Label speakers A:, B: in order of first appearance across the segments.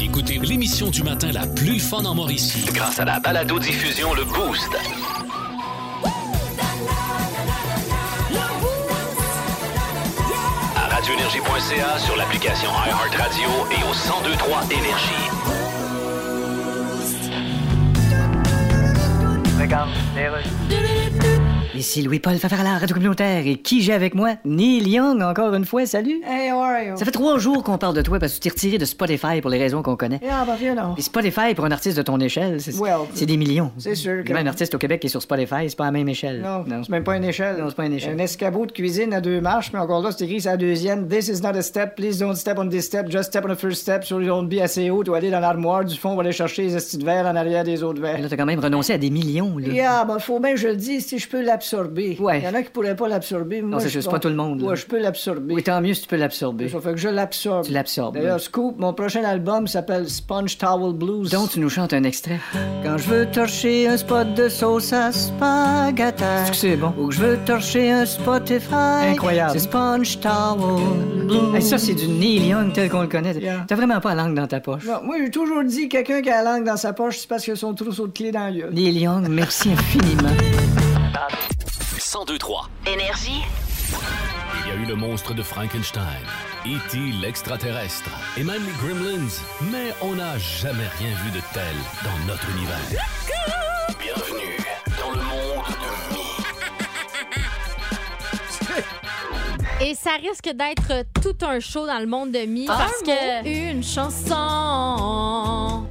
A: Écoutez l'émission du matin la plus fun en Mauricie.
B: Grâce à la balado diffusion le boost. À radioénergie.ca sur l'application iHeartRadio et au 1023 énergie.
C: Ici Louis-Paul Favarala, à Radio Communautaire. Et qui j'ai avec moi? Neil Young, encore une fois, salut.
D: Hey, how are you?
C: Ça fait trois jours qu'on parle de toi parce que tu t'es retiré de Spotify pour les raisons qu'on connaît.
D: Yeah, bah, but you know.
C: Et Spotify, pour un artiste de ton échelle, c'est
D: Well,
C: c'est des millions.
D: c'est sûr que-
C: Même un artiste au Québec qui est sur Spotify, c'est pas à la même échelle.
D: Non, c'est même pas une échelle.
C: Non, c'est pas une échelle.
D: Un escabeau de cuisine à deux marches, mais encore là, c'est écrit, c'est la deuxième. This is not a step. Please don't step on this step. Just step on the first step. Sur don't be assez haut. Tu vas aller dans l'armoire du fond, on va aller chercher les estis de verre en arrière des autres
C: Mais
D: verres.
C: Là, t'as quand même renoncé à des millions, là.
D: Yeah, ben, faut bien que je le dise, si je peux l'absorber.
C: Ouais.
D: Il y en a qui pourraient pas l'absorber. Moi,
C: c'est
D: je-
C: juste pas tout le monde, là.
D: Ouais, je peux l'absorber.
C: Oui, tant mieux si tu peux l'absorber.
D: Ça fait que je l'absorbe.
C: Tu l'absorbes.
D: D'ailleurs, Scoop, mon prochain album s'appelle Sponge Towel Blues.
C: Donc, tu nous chantes un extrait.
D: Quand je veux torcher un spot de sauce à spaghetti.
C: C'est bon.
D: Ou que je veux torcher un Spotify.
C: Incroyable.
D: C'est Sponge Towel Blues.
C: Hey, ça, c'est du Neil Young tel qu'on le connaît.
D: Yeah.
C: T'as vraiment pas la langue dans ta poche.
D: Non, moi, j'ai toujours dit quelqu'un qui a la langue dans sa poche, c'est parce qu'il a son trousseau de clés dans la gueule.
C: Neil Young, merci infiniment.
B: 1023.
E: Énergie.
A: Il y a eu le monstre de Frankenstein, E.T. l'extraterrestre et même les Gremlins, mais on n'a jamais rien vu de tel dans notre univers.
B: Bienvenue dans le monde de Mi.
F: Et ça risque d'être tout un show dans le monde de mi parce que une chanson.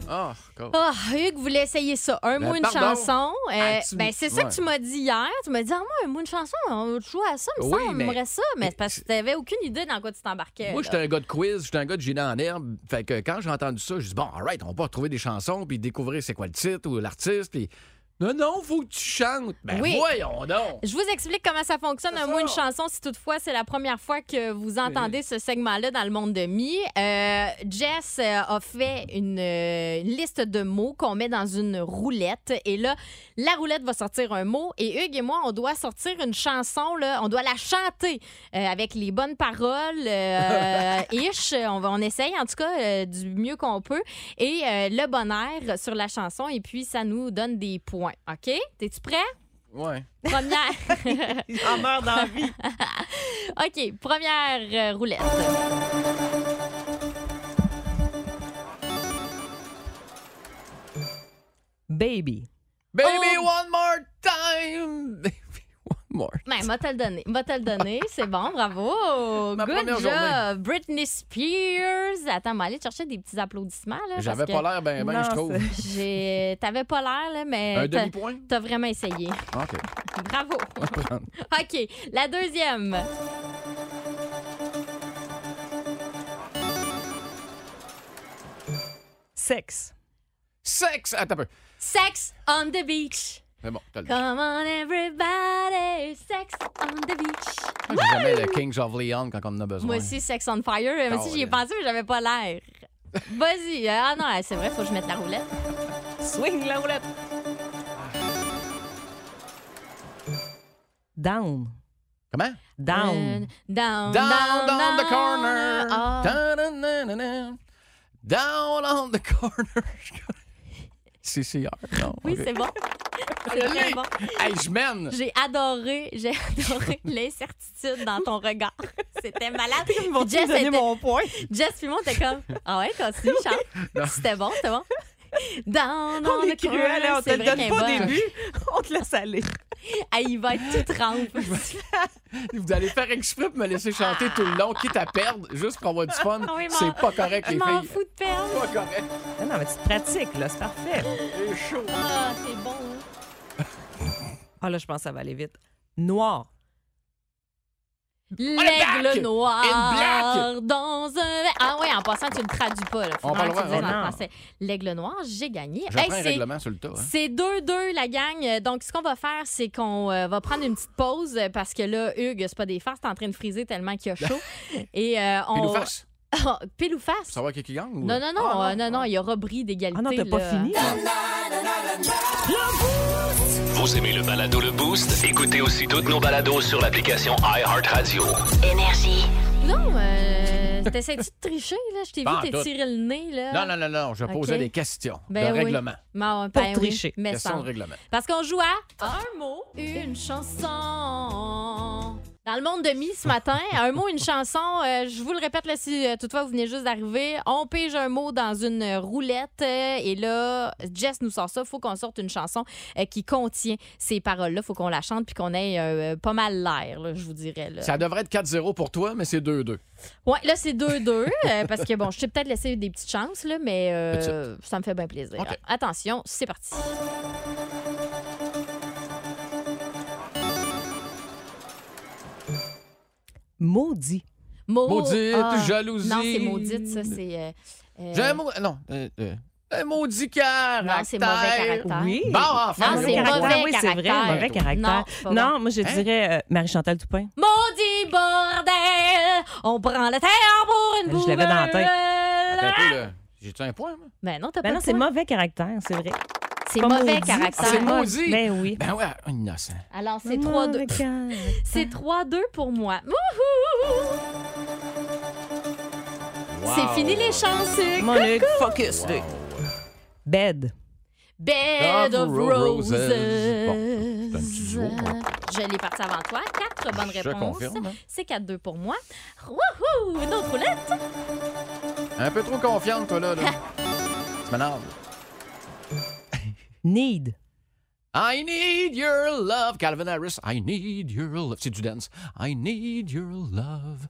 G: Ah, cool.
F: Ah, Hugues voulait essayer ça. Un
G: Ben,
F: mot, une
G: pardon.
F: chanson.
G: Ah,
F: Euh,
G: tu-
F: ben, c'est ça
G: ouais.
F: que tu m'as dit hier. Tu m'as dit, ah, moi, un mot, une chanson, on joue à ça, me
G: Oui,
F: semble, on
G: mais-
F: aimerait ça. Mais c'est parce que tu n'avais aucune idée dans quoi tu t'embarquais.
G: Moi,
F: là.
G: j'étais un gars de quiz, j'étais un gars de génie en herbe. Fait que quand j'ai entendu ça, je dis bon, alright, on va retrouver des chansons puis découvrir c'est quoi le titre ou l'artiste. Puis non, non, faut que tu chantes. Ben
F: Oui.
G: voyons donc.
F: Je vous explique comment ça fonctionne, un mot, une chanson, si toutefois c'est la première fois que vous entendez ce segment-là dans le monde de mi. Euh, Jess euh, a fait une, euh, une liste de mots qu'on met dans une roulette. Et là, la roulette va sortir un mot. Et Hugues et moi, on doit sortir une chanson, là, on doit la chanter euh, avec les bonnes paroles. euh, ish, on, va, on essaye en tout cas euh, du mieux qu'on peut. Et euh, le bonheur sur la chanson. Et puis, ça nous donne des points. OK? T'es-tu prêt?
G: Ouais.
F: Première. OK, première euh, roulette.
H: Baby.
G: Baby
F: Oh.
G: one more time. Baby one more.
F: Ben, m'a te le donné. M'a te le donné. C'est bon, bravo.
G: Ma
F: Good
G: première
F: job.
G: journée.
F: Britney Spears. Attends, mais allez chercher des petits applaudissements. Là, parce
G: J'avais
F: que
G: pas l'air ben ben,
H: Non,
G: je trouve.
F: j'ai- T'avais pas l'air, là,
G: Un
F: mais t'as-
G: demi-point?
F: t'as vraiment essayé.
G: OK.
F: Bravo.
G: prendre.
F: OK, la deuxième.
H: Sexe.
G: Sexe! Attends un peu.
F: Sex on the beach.
G: C'est bon, t'as le
F: Come on, everybody. Sex on the beach.
G: Moi, J'ai jamais le Kings of Leon quand on en a besoin.
F: Moi aussi, Sex on Fire. Moi aussi, j'y ai
G: Colin.
F: pensé, mais j'avais pas l'air. Vas-y. Ah non, c'est vrai, faut que je mette la roulette.
H: Swing la roulette. Down.
G: Comment?
H: Down.
F: Euh, down,
G: Down, on the corner.
F: Ah.
G: Ta-da-na-na-na. Down on the corner. CCR. Non,
F: Oui,
G: ok.
F: c'est bon. C'est très bon.
G: Hey, je mène.
F: J'ai adoré, j'ai adoré l'incertitude dans ton regard. C'était malade.
H: Vont-ils
F: Jess,
H: me donner
F: était-
H: mon point.
F: Jess puis moi, on était comme Ah ouais, continue, Charles. C'était bon, c'était bon. Down
H: On
F: on
H: est
F: the corner.
H: cruel, hein, on te
F: c'est
H: le
F: vrai
H: donne
F: qu'elle est
H: pas au
F: bonne.
H: début. On te laisse aller.
F: Ah, il va être tout trempe.
G: Vous allez faire exprès pour me laisser chanter tout le long, quitte à perdre, juste pour avoir du fun.
F: Ah oui, m'en-
G: c'est pas correct,
F: Je
G: les
F: m'en
G: filles.
F: fous de perdre.
G: C'est pas correct.
H: Non, non, mais tu te pratiques, là, c'est parfait.
G: C'est chaud.
F: Ah, c'est bon. hein.
H: Ah, là, je pense que ça va aller vite. Noir.
F: L'aigle
G: back!
F: noir
G: In
F: dans un. Ah ouais, en passant, tu le traduis pas. Là. Faut
G: On
F: vraiment
G: parle
F: que tu
G: ouais,
F: le dises en
H: non.
F: français. L'aigle noir, j'ai gagné. Hey,
G: J'apprends un
F: c'est-
G: règlement sur le tas. hein.
F: c'est 2-2, la gang. Euh, Donc, ce qu'on va faire, c'est qu'on euh, va prendre une petite pause euh, parce que là, Hugues, c'est pas des farces, t'es en train de friser tellement qu'il y a chaud. Et euh, on.
G: Puis nous
F: Ah,
G: fasse.
F: Pile ou face?
G: Savoir qui qui gagne ou...
F: Non, non, non,
G: Ah,
F: euh, non, non, il y aura bris d'égalité.
H: Ah non, t'as pas
F: là.
H: fini.
B: Vous aimez le balado Le Boost? Écoutez aussi toutes nos balados sur l'application iHeartRadio.
E: Énergie.
F: Non, euh, euh, t'essaies-tu de tricher, là? Je t'ai vu
G: Pas en tout.
F: t'étirer le nez, là.
G: Non, non, non, non, je
F: Ok.
G: posais des questions
F: Ben
G: de
F: oui.
G: règlement.
F: non.
H: Pour tricher.
F: ben mais
G: Questions
F: sans.
G: de règlement.
F: Parce qu'on joue à un mot, une chanson. Dans le monde de mi ce matin, un mot, une chanson, euh, je vous le répète là, si euh, toutefois vous venez juste d'arriver, on pige un mot dans une roulette euh, et là, Jess nous sort ça, faut qu'on sorte une chanson euh, qui contient ces paroles-là, faut qu'on la chante puis qu'on ait euh, pas mal l'air, là, je vous dirais. Là.
G: Ça devrait être 4-0 pour toi, mais c'est 2-2.
F: Ouais, là c'est 2-2 euh, parce que bon, je t'ai peut-être laissé des petites chances là, mais euh, ça me fait bien plaisir.
G: Ok.
F: Attention, c'est parti.
H: Maudit.
F: Maud-
G: Maudite,
F: Ah.
G: jalousie.
F: Non, c'est maudite, ça, c'est. euh, euh,
G: J'ai un mot. Non. euh, euh, un maudit cœur.
F: Non, c'est mauvais caractère.
H: Oui.
G: Bon, enfin.
F: Non,
G: là,
F: Ah, c'est
G: on
F: mauvais
G: voit.
H: Oui, c'est vrai,
F: caractère.
H: mauvais caractère.
F: Non, pas Ah,
H: Non, moi, je
G: Hein?
H: dirais euh, Marie-Chantal Toupin.
F: Maudit bordel! On prend la terre pour une
H: Je
F: boule.
H: l'avais dans la tête.
G: Attends un peu, là. J'ai-tu un point, moi?
F: Ben non, t'as
H: Ben
F: pas
H: non,
F: de
H: c'est
F: point.
H: mauvais caractère, c'est vrai.
F: C'est
H: Pas
F: mauvais
H: maudit.
G: Ah, c'est
F: caractère.
G: maudit.
H: Ben oui.
G: Ben ouais, innocent.
F: Alors, c'est
H: Mauvais
F: 3-2.
H: caractère.
F: C'est 3-2 pour moi. Wouhou! C'est fini les chanceux.
H: Mon Luc, focus, Luc. Bed.
F: Bed of
G: Of ro- roses.
F: roses.
G: Bon, c'est un petit duo,
F: Je l'ai parti avant toi. Quatre bonnes
G: Je
F: réponses.
G: confirme. hein.
F: C'est 4-2 pour moi. Wouhou! Une autre roulette.
G: Un peu trop confiante, toi, là. là. tu m'énerves.
H: Need.
G: I need your love. Calvin Harris, I need your love. C'est du dance. I need your love.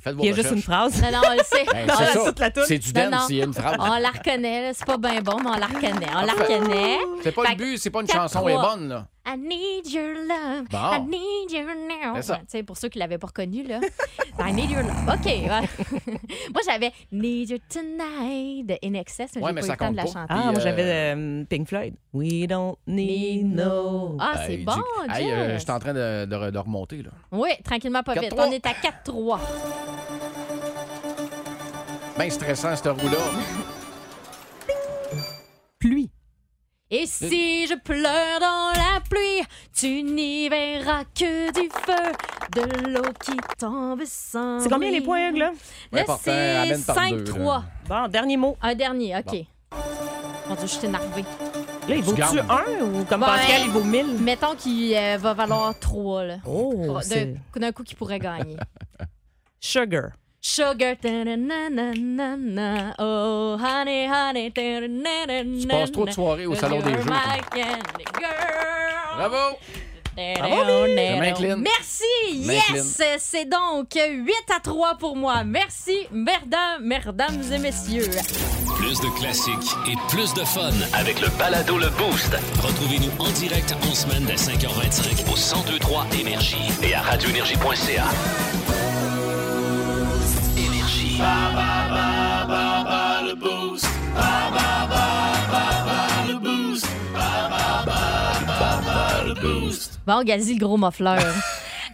G: Faites vos
H: Il y a juste
G: recherches.
H: une phrase.
F: Non, non, on le sait.
G: Ben,
F: On
G: c'est
F: le
G: ça.
H: toute la toune.
G: C'est du
F: Non, Ben non.
G: dance, il y a une phrase.
F: On la reconnaît, là. c'est pas bien bon, mais on la reconnaît. On la reconnaît.
G: C'est pas
F: Fait
G: le but, c'est pas une
F: quatre,
G: chanson
F: trois.
G: est bonne, là.
F: I need your love.
G: Bon.
F: I need your now.
G: C'est ça.
F: Tu sais, pour ceux qui l'avaient pas reconnu, là. I need your love. OK. ouais. Moi, j'avais Need you tonight de In Excess, mais
G: Ouais,
F: j'ai
G: mais
F: pas eu
G: ça
F: le temps de la
G: compte pas.
F: chanter.
H: Ah,
G: Puis,
H: moi,
G: euh,
H: j'avais euh, Pink Floyd. We don't need no.
F: Ah, c'est
G: Hey,
F: bon,
G: Jake. Hey, euh, je
F: Jess.
G: suis en train de, de- de remonter, là.
F: Oui, tranquillement, pas vite.
G: 4-3.
F: On est à 4-3.
G: Ben stressant, ce roue-là.
H: Pluie.
G: Euh.
F: Et si je pleure dans la pluie, tu n'y verras que du feu, de l'eau qui tombe sans.
H: C'est combien les
F: bruit.
H: points, Hugues, là?
G: Peu
F: Là,
G: importe, hein,
F: c'est
G: amène par deux,
F: 5-3.
G: là.
H: Bon, dernier mot.
F: Un dernier, OK. Mon Dieu, je suis énervée.
H: Là, il vaut-tu
G: gagnes.
H: un ou comme
F: Ouais.
H: Pascal, il vaut mille?
F: Mettons qu'il euh, va valoir 3, là.
H: Oh,
F: D'un-
H: c'est...
F: D'un coup, qu'il pourrait gagner.
H: Sugar.
F: Sugar, ta-na-na-na-na-na. oh honey, honey,
G: Tu passes trop de soirées au Salon des Jeux. toi. Bravo!
H: Bravo, Mimi.
G: Je m'incline.
F: Merci!
G: Je
F: Yes! C'est donc 8 à 3 pour moi. Merci, mesdames, mesdames et messieurs.
A: Plus de classiques et plus de fun.
B: Avec le balado Le Boost
A: Retrouvez-nous en direct en semaine dès 5h25
B: au 1023 Énergie et à radioénergie.ca. Énergie.
F: Bon, Gazi, le gros mofleur.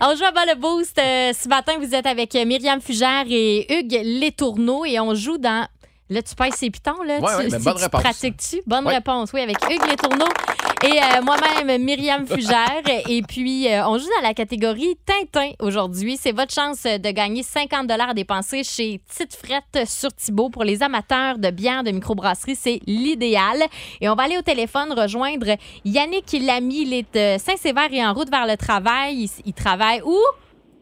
F: On joue à Bas le Boost. Euh, ce matin, vous êtes avec euh, Myriam Fugère et Hugues Létourneau et on joue dans. Là, tu pèses ses pitons,
G: Ouais,
F: là. tu,
G: ouais, mais
F: tu-
G: bonne
F: tu
G: réponse.
F: pratiques-tu? Bonne
G: Ouais.
F: réponse, oui, avec Hugues Létourneau et euh, moi-même, Myriam Fugère. et puis, euh, on joue dans la catégorie Tintin aujourd'hui. C'est votre chance euh, de gagner 50 à dépenser chez Tite Frette sur Thibault. Pour les amateurs de bière de microbrasserie, c'est l'idéal. Et on va aller au téléphone rejoindre Yannick Lamy, il est de Saint-Sévère et en route vers le travail. Il, il travaille où?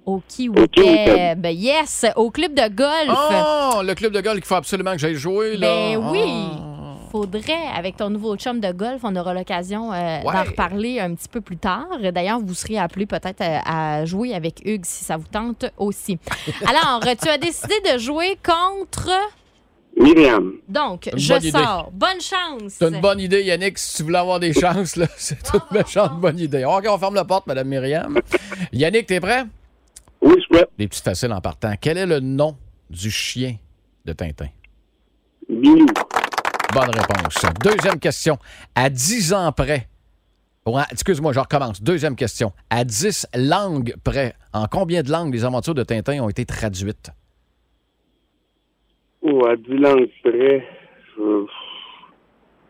F: Au Kiwi Club. Yes, au club de golf.
G: Oh, le club de golf qu'il faut absolument que j'aille jouer, là.
F: ben oui.
G: Oh.
F: Faudrait, avec ton nouveau chum de golf, on aura l'occasion euh, d'en reparler un petit peu plus tard. D'ailleurs, vous serez appelé peut-être euh, à jouer avec Hugues si ça vous tente aussi. Alors, tu as décidé de jouer contre.
E: Myriam.
F: Donc,
G: Une
F: je
G: bonne idée.
F: sors. Bonne chance.
G: C'est une bonne idée, Yannick. Si tu voulais avoir des chances, là, c'est
F: Ah.
G: une méchante bonne idée. OK, on ferme la porte, Madame Myriam. Yannick, t'es prêt?
E: Oui, je suis prêt.
G: Des petites faciles en partant. Quel est le nom du chien de Tintin?
E: Bilou.
G: Bonne réponse. Deuxième question. À 10 ans près. Ouais, excuse-moi, je recommence. Deuxième question. À 10 langues près, en combien de langues les aventures de Tintin ont été traduites?
E: Oh, à 10 langues près, je,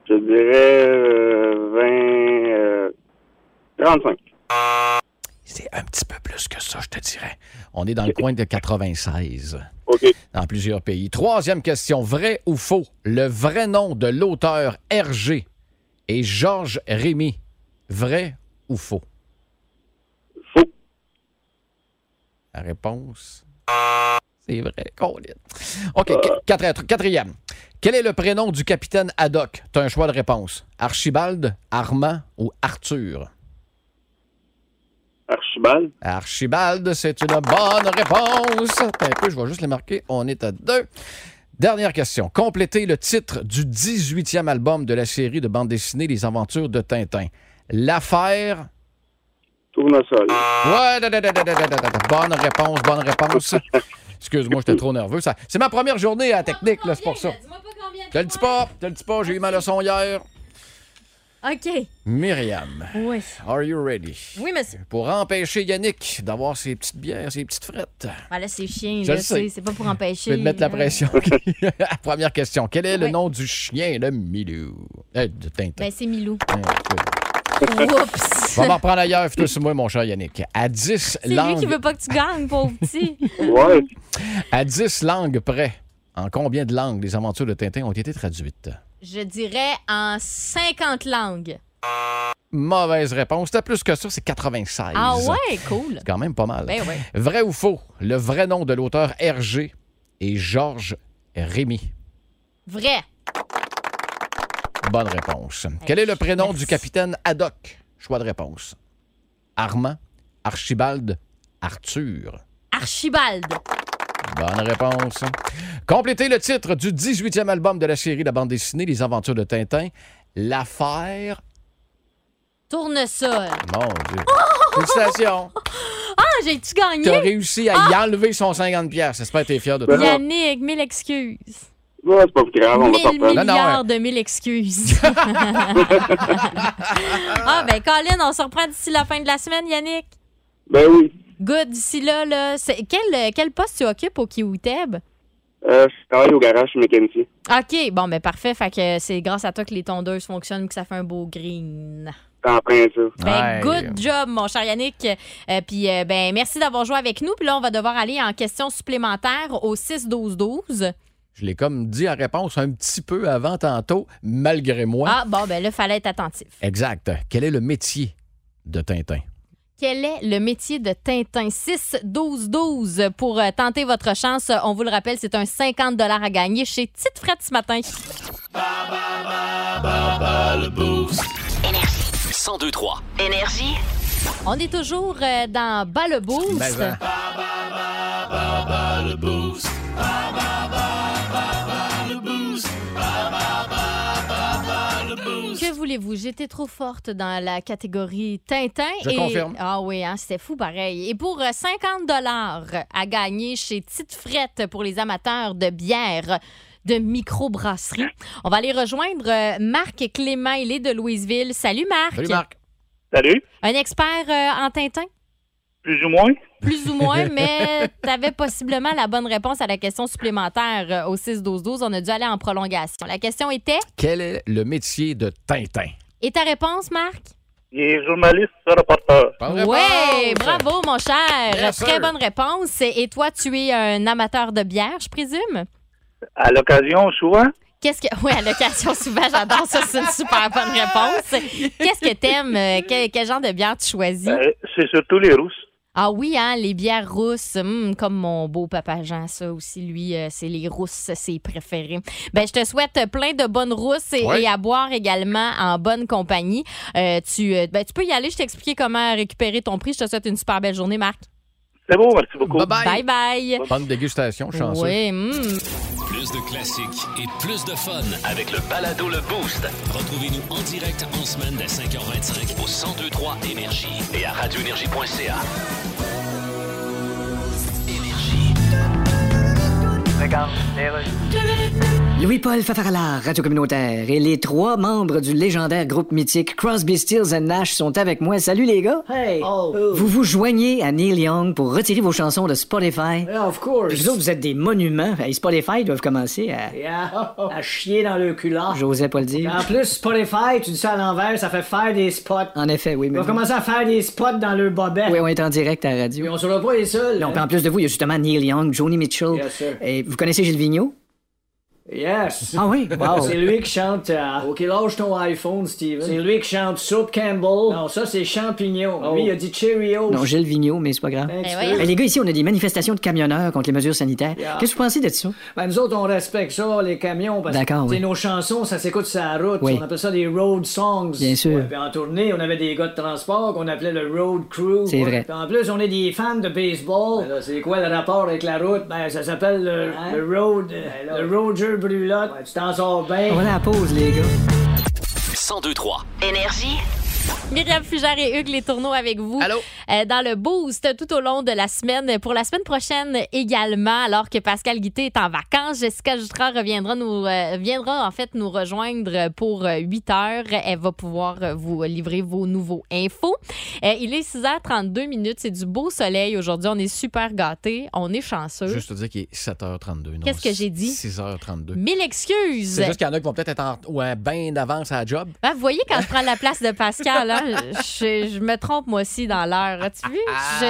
E: je dirais euh, 20... euh, 35.
G: C'est c'est un petit peu plus que ça, je te dirais. On est dans le coin de 96
E: OK.
G: dans plusieurs pays. Troisième question, vrai ou faux? Le vrai nom de l'auteur Hergé est Georges Rémy. Vrai ou faux?
E: Faux.
G: La réponse, c'est vrai, Colin. OK, qu- quatre- quatrième. Quel est le prénom du capitaine Haddock? Tu as un choix de réponse. Archibald, Armand ou Arthur?
E: Archibald.
G: Archibald, c'est une bonne réponse. Attends un peu, je vais juste les marquer. On est à deux. Dernière question. Complétez le titre du 18e album de la série de bande dessinée Les Aventures de Tintin. L'affaire.
E: Tournesol.
G: Ouais, da, da, da, da, da, da, da, da. bonne réponse, bonne réponse. Excuse-moi, j'étais trop nerveux. Ça, c'est ma première journée
F: Ah,
G: à la technique, là, c'est pour ça.
F: Dis-moi pas combien de
G: Je le dis
F: fois.
G: pas, je le dis pas, j'ai eu ma leçon hier.
F: OK.
G: Myriam,
F: Oui.
G: are you ready?
F: Oui, monsieur.
G: Pour empêcher Yannick d'avoir ses petites bières, ses petites frettes.
F: Ah, là, c'est chien,
G: Je
F: là,
G: le sais.
F: c'est- C'est pas pour
G: Je
F: empêcher.
G: vais te mettre la
F: là.
G: pression. Première question. Quel est le
F: Ouais.
G: nom du chien de Milou? Euh, de Tintin.
F: Ben, c'est Milou.
G: Hein, écoute.
F: Oups.
G: On va m'en reprendre ailleurs, fais-toi sur moi, mon cher Yannick. À 10
F: C'est lui qui
G: langues,
F: veut pas que tu gagnes, pauvre petit.
E: Ouais.
G: à 10 langues près, en combien de langues les aventures de Tintin ont été traduites?
F: Je dirais en 50 langues.
G: Mauvaise réponse. C'était plus que ça, c'est 96.
F: Ah ouais, cool.
G: C'est quand même pas mal.
F: Ben ouais.
G: Vrai ou faux? Le vrai nom de l'auteur Hergé est Georges Rémy.
F: Vrai.
G: Bonne réponse. Quel est le prénom du capitaine Haddock? Choix de réponse. Armand, Archibald, Arthur.
F: Archibald.
G: Bonne réponse. Complétez le titre du 18e album de la série de la bande dessinée Les Aventures de Tintin. L'affaire.
F: Tournesol.
G: Mon Dieu. Félicitations.
F: Ah, j'ai-tu
G: T'as
F: gagné?
G: réussi à y enlever son 50$. piastres. J'espère que t'es fier de toi.
E: Ben
F: Yannick, mille excuses.
E: Ah Non, c'est pas grave, on va s'en
F: Mille
E: reprendre.
G: Non, non,
F: milliards de mille excuses. ah, ben, Colin, on se reprend d'ici la fin de la semaine, Yannick.
E: Ben oui.
F: Good, d'ici là, là. c'est- Quel, quel poste tu occupes au Kiwi-Teb?
E: Euh, je travaille au garage chez mécanicien.
F: OK, bon, ben parfait. Fait que c'est grâce à toi que les tondeuses fonctionnent, que ça fait un beau green.
E: T'en prends ça.
G: Ouais.
F: Ben, good job, mon cher Yannick. Euh, Puis, euh, ben, merci d'avoir joué avec nous. Puis là, on va devoir aller en questions supplémentaires au 6-12-12.
G: Je l'ai comme dit en réponse un petit peu avant tantôt, malgré moi.
F: Ah, bon, ben là, fallait être attentif.
G: Exact. Quel est le métier de Tintin?
F: Quel est le métier de Tintin? 6-12-12 pour euh, tenter votre chance. On vous le rappelle, c'est un 50 à gagner chez Tite Frette ce matin.
B: 1023.
I: Énergie.
F: On est toujours euh, dans Bas le Boost.
G: Mais, hein.
F: Que voulez-vous? J'étais trop forte dans la catégorie Tintin.
G: Je confirme.
F: Ah oui, hein, c'était fou pareil. Et pour euh, 50 à gagner chez Tite Frette pour les amateurs de bière de microbrasserie, on va aller rejoindre euh, Marc Clément. Il est de Louisville. Salut Marc.
G: Salut Marc.
E: Salut.
F: Un expert euh, en Tintin?
E: Plus ou moins?
F: Plus ou moins, mais tu avais possiblement la bonne réponse à la question supplémentaire euh, au 6-12-12. On a dû aller en prolongation. La question était,
G: Quel est le métier de Tintin?
F: et ta réponse, Marc?
E: Il est journaliste, reporter.
G: Bonne
F: Oui,
G: réponse!
F: bravo, mon cher.
G: Bien sûr.
F: Très bonne réponse. Et toi, tu es un amateur de bière, je présume?
E: À l'occasion, souvent,
F: Qu'est-ce que. Oui, à l'occasion, souvent, j'adore ça. C'est une super bonne réponse. Qu'est-ce que t'aimes? euh, Quel, quel genre de bière tu choisis?
E: c'est surtout les rousses.
F: Ah oui, hein, les bières rousses, hum, comme mon beau papa Jean, ça aussi, lui, euh, c'est les rousses, c'est préféré. Ben, je te souhaite plein de bonnes rousses et,
G: Ouais.
F: et à boire également en bonne compagnie. Euh, tu, euh, ben, tu peux y aller, je t'expliquer comment récupérer ton prix. Je te souhaite une super belle journée, Marc.
E: C'est beau, merci beaucoup.
G: Bye-bye.
F: Bye bye.
G: Bonne dégustation, chanceux.
F: Oui, hum.
A: Plus de classiques et plus de fun.
B: Avec le balado Le Boost
A: Retrouvez-nous en direct en semaine dès 5h25
B: au 1023 Énergie et à radioénergie.ca. Énergie.
C: Louis-Paul Fafaralard, Radio Communautaire, et les trois membres du légendaire groupe mythique Crosby, Stills and Nash sont avec moi. Salut les gars!
D: Hey!
C: Vous vous joignez à Neil Young pour retirer vos chansons de Spotify.
D: Yeah, of course.
C: Vous autres, vous êtes des monuments. Hey, Spotify doivent commencer à...
D: Yeah. À chier dans le culard.
C: J'osais pas le
D: En
C: dire.
D: plus, Spotify, tu dis ça à l'envers, ça fait faire des spots.
C: En effet, oui,
D: Ils
C: mais...
D: vont commencer à faire des spots dans le bobet.
C: Oui, on est en direct à la
D: Puis
C: radio.
D: on sera pas les seuls.
C: Non, puis en
D: hein.
C: plus de vous, il y a justement Neil Young, Joni Mitchell.
D: Yes, sir.
C: Et vous connaissez Gilles Vigneault?
D: Yes.
C: Ah oui? Wow.
D: C'est lui qui chante. euh, Ok, lâche ton iPhone, Steven. C'est lui qui chante Soup Campbell. Oh. Non, ça, c'est Champignon. Lui, il a dit Cheerios.
C: Non, Gilles Vigneault, mais c'est pas grave.
D: Un petit peu.
F: Eh voyons.
C: Ben, les gars, ici, on a des manifestations de camionneurs contre les mesures sanitaires.
D: Yeah.
C: Qu'est-ce que vous pensez de ça?
D: Ben, nous autres, on respecte ça, les camions, parce que
C: D'accord, oui.
D: tu sais, nos chansons, ça s'écoute sur la route.
C: Oui.
D: On appelle ça des road songs.
C: Bien sûr.
D: Ouais, puis en tournée, on avait des gars de transport qu'on appelait le road crew.
C: C'est
D: Ouais.
C: vrai.
D: Puis en plus, on est des fans de baseball. Ben là, c'est quoi le rapport avec la route? Ben, ça s'appelle le, le road, le Roger Brulotte. Ben tu t'en sors bien.
C: On va à la pause, les gars.
B: 1023.
I: Énergie.
F: Myriam Fugère et Hugues Les Tourneaux avec vous.
G: Allô?
F: Euh, dans le boost tout au long de la semaine. Pour la semaine prochaine également, alors que Pascal Guité est en vacances, Jessica Jutra reviendra nous euh, viendra en fait nous rejoindre pour euh, 8 heures. Elle va pouvoir euh, vous livrer vos nouveaux infos. Euh, il est 6h32 minutes. C'est du beau soleil aujourd'hui. On est super gâtés. On est chanceux.
G: Juste te dire qu'il est 7h32. non,
F: Qu'est-ce que j'ai dit?
G: 6h32.
F: Mille excuses.
G: C'est juste qu'il y en a qui vont peut-être être en ouais, bien d'avance à la job.
F: Ah, vous voyez, quand je prends la place de Pascal, hein, je, je me trompe moi aussi dans l'heure. As-tu vu?
G: Ah.
F: Je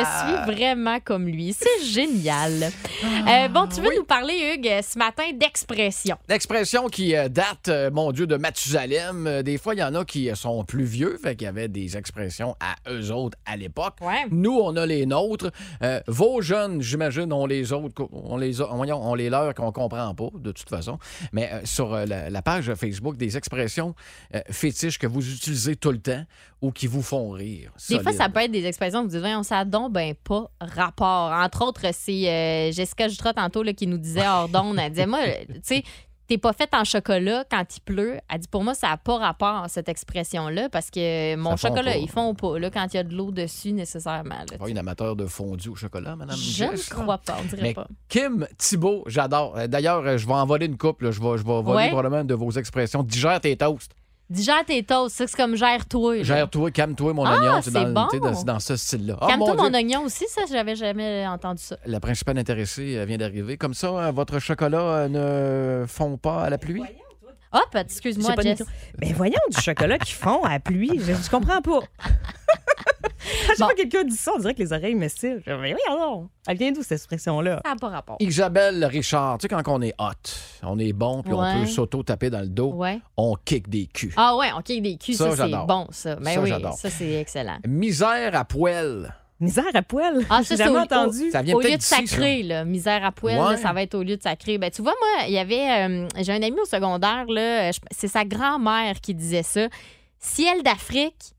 F: suis vraiment comme lui. C'est génial.
G: Ah,
F: Euh, bon, tu veux nous parler, Hugues, ce matin d'expression.
G: L'expression qui euh, date, euh, mon Dieu, de Mathusalem. euh, des fois, il y en a qui euh, sont plus vieux, fait qu'il y avait des expressions à eux autres à l'époque.
F: Ouais.
G: Nous, on a les nôtres. Euh, vos jeunes, j'imagine, ont les autres, qu'on- on les, a- voyons, on les leurs qu'on comprend pas, de toute façon. Mais euh, sur euh, la, la page Facebook, des expressions euh, fétiches que vous utilisez tout le temps ou qui vous font rire.
F: Des fois,
G: Solide.
F: ça peut être des expressions que vous dites, voyons, ça a donc ben pas rapport. Entre autres, c'est euh, Jessica Jutra tantôt là, qui nous disait hors d'onde, elle disait, moi, euh, tu sais, t'es pas faite en chocolat quand il pleut. Elle dit, pour moi, ça a pas rapport, cette expression-là, parce que mon
G: Ça fond
F: chocolat,
G: pas. Ah
F: ils font pas, là, quand il y a de l'eau dessus, nécessairement. là,
G: Pas une amateur de fondue au chocolat, madame.
F: Je
G: Jess,
F: ne
G: là?
F: crois pas, on dirait
G: Mais
F: pas.
G: Kim Thibault, j'adore. Euh, D'ailleurs, euh, je vais en voler une couple. là. Je vais, je vais voler
F: Ouais.
G: probablement une de vos expressions. Digère tes toasts.
F: Digère tes toasts, ça, c'est comme gère-toi. là.
G: Gère-toi, calme-toi, mon
F: Ah,
G: oignon.
F: c'est
G: dans,
F: bon.
G: tu sais, dans- dans ce style-là. Ah,
F: Calme-toi,
G: mon
F: mon
G: Dieu.
F: oignon aussi, ça, j'avais jamais entendu ça.
G: La principale intéressée euh, vient d'arriver. Comme ça, euh, votre chocolat euh, ne fond pas à la pluie?
F: Hop,
H: J'ai
F: excuse-moi,
H: pas de
F: Jess.
H: micro. Mais voyons, du chocolat qu'ils font à la pluie. Je, je comprends pas. À chaque fois que quelqu'un dit ça, on dirait que les oreilles me cillent. Je dis, Mais oui, alors, elle vient d'où cette expression-là?
F: Ça n'a pas rapport.
G: Isabelle Richard, tu sais, quand on est hot, on est bon, puis on
F: Ouais.
G: peut s'auto-taper dans le dos,
F: Ouais.
G: on kick des culs.
F: Ah ouais, OK, des culs,
G: Ça,
F: ça, c'est
G: j'adore.
F: bon, ça. Mais
G: Ça,
F: oui,
G: j'adore.
F: ça, c'est excellent.
G: Misère à poêle.
H: Misère à poil.
F: Ah, ça,
H: J'ai
F: c'est au-
H: jamais entendu.
G: Ça vient
F: Au lieu
G: peut-être
F: de
G: d'ici, ça.
F: sacré, là, misère à poêle, là,
G: Ouais.
F: ça va être au lieu de sacré. Ben, tu vois, moi, il y avait. euh, J'ai un ami au secondaire, là, euh, je- c'est sa grand-mère qui disait ça. Ciel d'Afrique.